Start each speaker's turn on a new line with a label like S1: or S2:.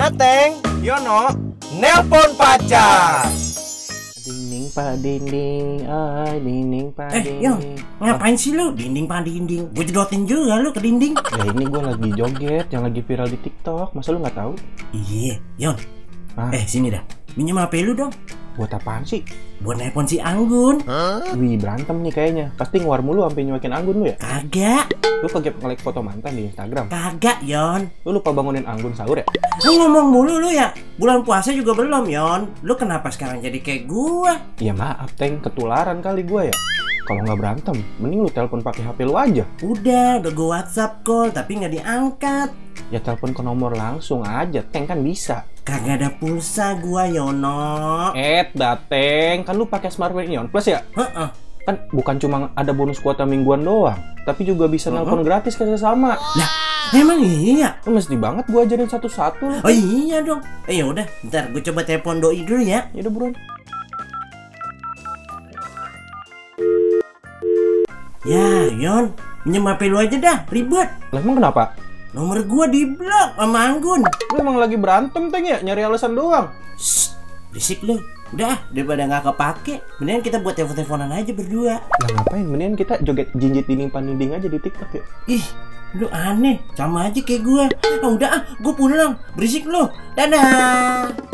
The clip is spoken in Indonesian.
S1: Ateng, Yono, nelpon pacar.
S2: Dinding pa dinding, ay dinding pa
S3: Eh, Yong,
S2: dinding.
S3: ngapain sih lu? Dinding pan dinding. Gue jedotin juga lu ke dinding.
S2: Ya ini gue lagi joget yang lagi viral di TikTok. Masa lu nggak tahu?
S3: Iya, Yon.
S2: Ah.
S3: Eh, sini dah. Minjem HP lu dong.
S2: Buat apaan sih?
S3: Buat nelpon si Anggun.
S2: Wih berantem nih kayaknya. Pasti ngeluar mulu sampai nyuakin Anggun lu ya.
S3: Kagak,
S2: Lu kaget nge-like foto mantan di Instagram.
S3: kagak, Yon.
S2: Lu lupa bangunin Anggun sahur ya?
S3: Lu ngomong mulu lu ya. Bulan puasa juga belum, Yon. Lu kenapa sekarang jadi kayak gua?
S2: Ya maaf Teng, ketularan kali gue ya. Kalau nggak berantem, mending lu telepon pakai HP lu aja.
S3: Udah, udah gua WhatsApp call tapi nggak diangkat.
S2: Ya telepon ke nomor langsung aja, Teng kan bisa.
S3: Kagak ada pulsa gua, Yono.
S2: Eh, dateng, kan lu pakai smartphone Ion Plus ya?
S3: Heeh.
S2: Kan bukan cuma ada bonus kuota mingguan doang, tapi juga bisa
S3: Mhm.
S2: nelpon gratis ke sesama.
S3: Emang iya?
S2: Lu mesti banget gua ajarin satu-satu. lah.
S3: Oh iya dong. Eh udah, ntar gue coba telepon doi dulu ya.
S2: Ya udah buruan.
S3: Ya, Yon, pinjam HP lu aja dah, ribet.
S2: Lah emang kenapa?
S3: Nomor gua di blok sama Anggun.
S2: Lu emang lagi berantem Teng ya? Nyari alasan doang.
S3: Shh, berisik lu. Udah, ah, daripada nggak kepake, mendingan kita buat telepon-teleponan aja berdua.
S2: Lah ngapain? Mendingan kita joget jinjit dinding pandinding aja di TikTok ya.
S3: Ih, lu aneh, sama aja kayak gua. Ah, udah ah, gua pulang. Berisik lu. Dadah.